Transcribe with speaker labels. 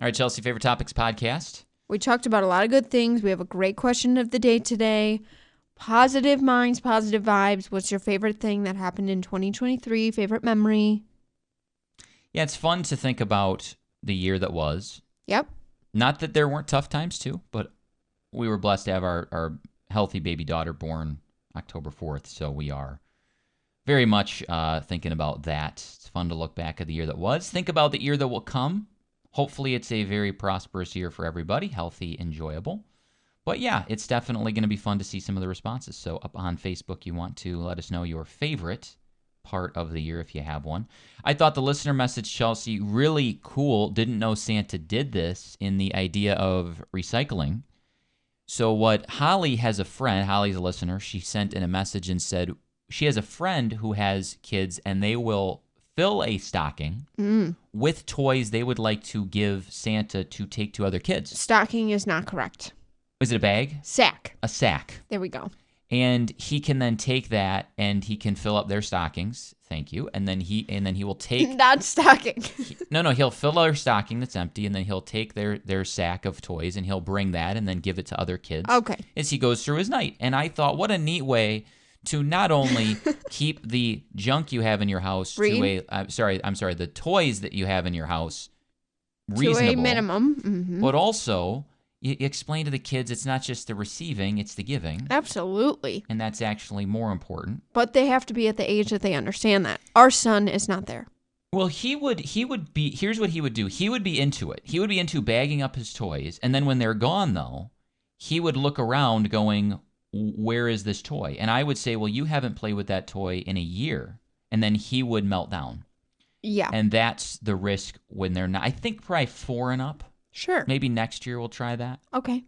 Speaker 1: All right, Chelsea, favorite topics podcast.
Speaker 2: We talked about a lot of good things. We have a great question of the day today. Positive minds, positive vibes. What's your favorite thing that happened in 2023? Favorite memory?
Speaker 1: Yeah, it's fun to think about the year that was.
Speaker 2: Yep.
Speaker 1: Not that there weren't tough times too, but we were blessed to have our, our healthy baby daughter born October 4th. So we are very much uh, thinking about that. It's fun to look back at the year that was, think about the year that will come. Hopefully, it's a very prosperous year for everybody, healthy, enjoyable. But yeah, it's definitely going to be fun to see some of the responses. So, up on Facebook, you want to let us know your favorite part of the year if you have one. I thought the listener message, Chelsea, really cool. Didn't know Santa did this in the idea of recycling. So, what Holly has a friend, Holly's a listener, she sent in a message and said she has a friend who has kids and they will fill a stocking
Speaker 2: Mm-hmm.
Speaker 1: with toys they would like to give Santa to take to other kids.
Speaker 2: Stocking is not correct.
Speaker 1: Is it a bag?
Speaker 2: Sack.
Speaker 1: A sack.
Speaker 2: There we go.
Speaker 1: and he can then take that and he can fill up their stockings thank you and then he and then he will take
Speaker 2: Not stocking.
Speaker 1: no no he'll fill their stocking that's empty and then he'll take their their sack of toys and he'll bring that and then give it to other kids
Speaker 2: Okay.
Speaker 1: as he goes through his night and i thought what a neat way to not only keep the junk you have in your house to a
Speaker 2: Read.
Speaker 1: i'm sorry i'm sorry the toys that you have in your house
Speaker 2: To
Speaker 1: reasonable
Speaker 2: a minimum. hmm
Speaker 1: but also you you explain to the kids it's not just the receiving it's the giving
Speaker 2: Uh. Absolutely.
Speaker 1: and that's actually more important
Speaker 2: But they have to be at the age that they understand that. Our son is not there.
Speaker 1: Well, he would he would be here's what he would do. He would be into it. He would be into bagging up his toys, and then when they're gone though, he would look around going, "Where is this toy?" And I would say, "Well, you haven't played with that toy in a year." And then he would melt down.
Speaker 2: Yeah.
Speaker 1: And that's the risk when they're not I think probably 4 and up.
Speaker 2: Sure.
Speaker 1: Maybe next year we'll try that.
Speaker 2: Okay.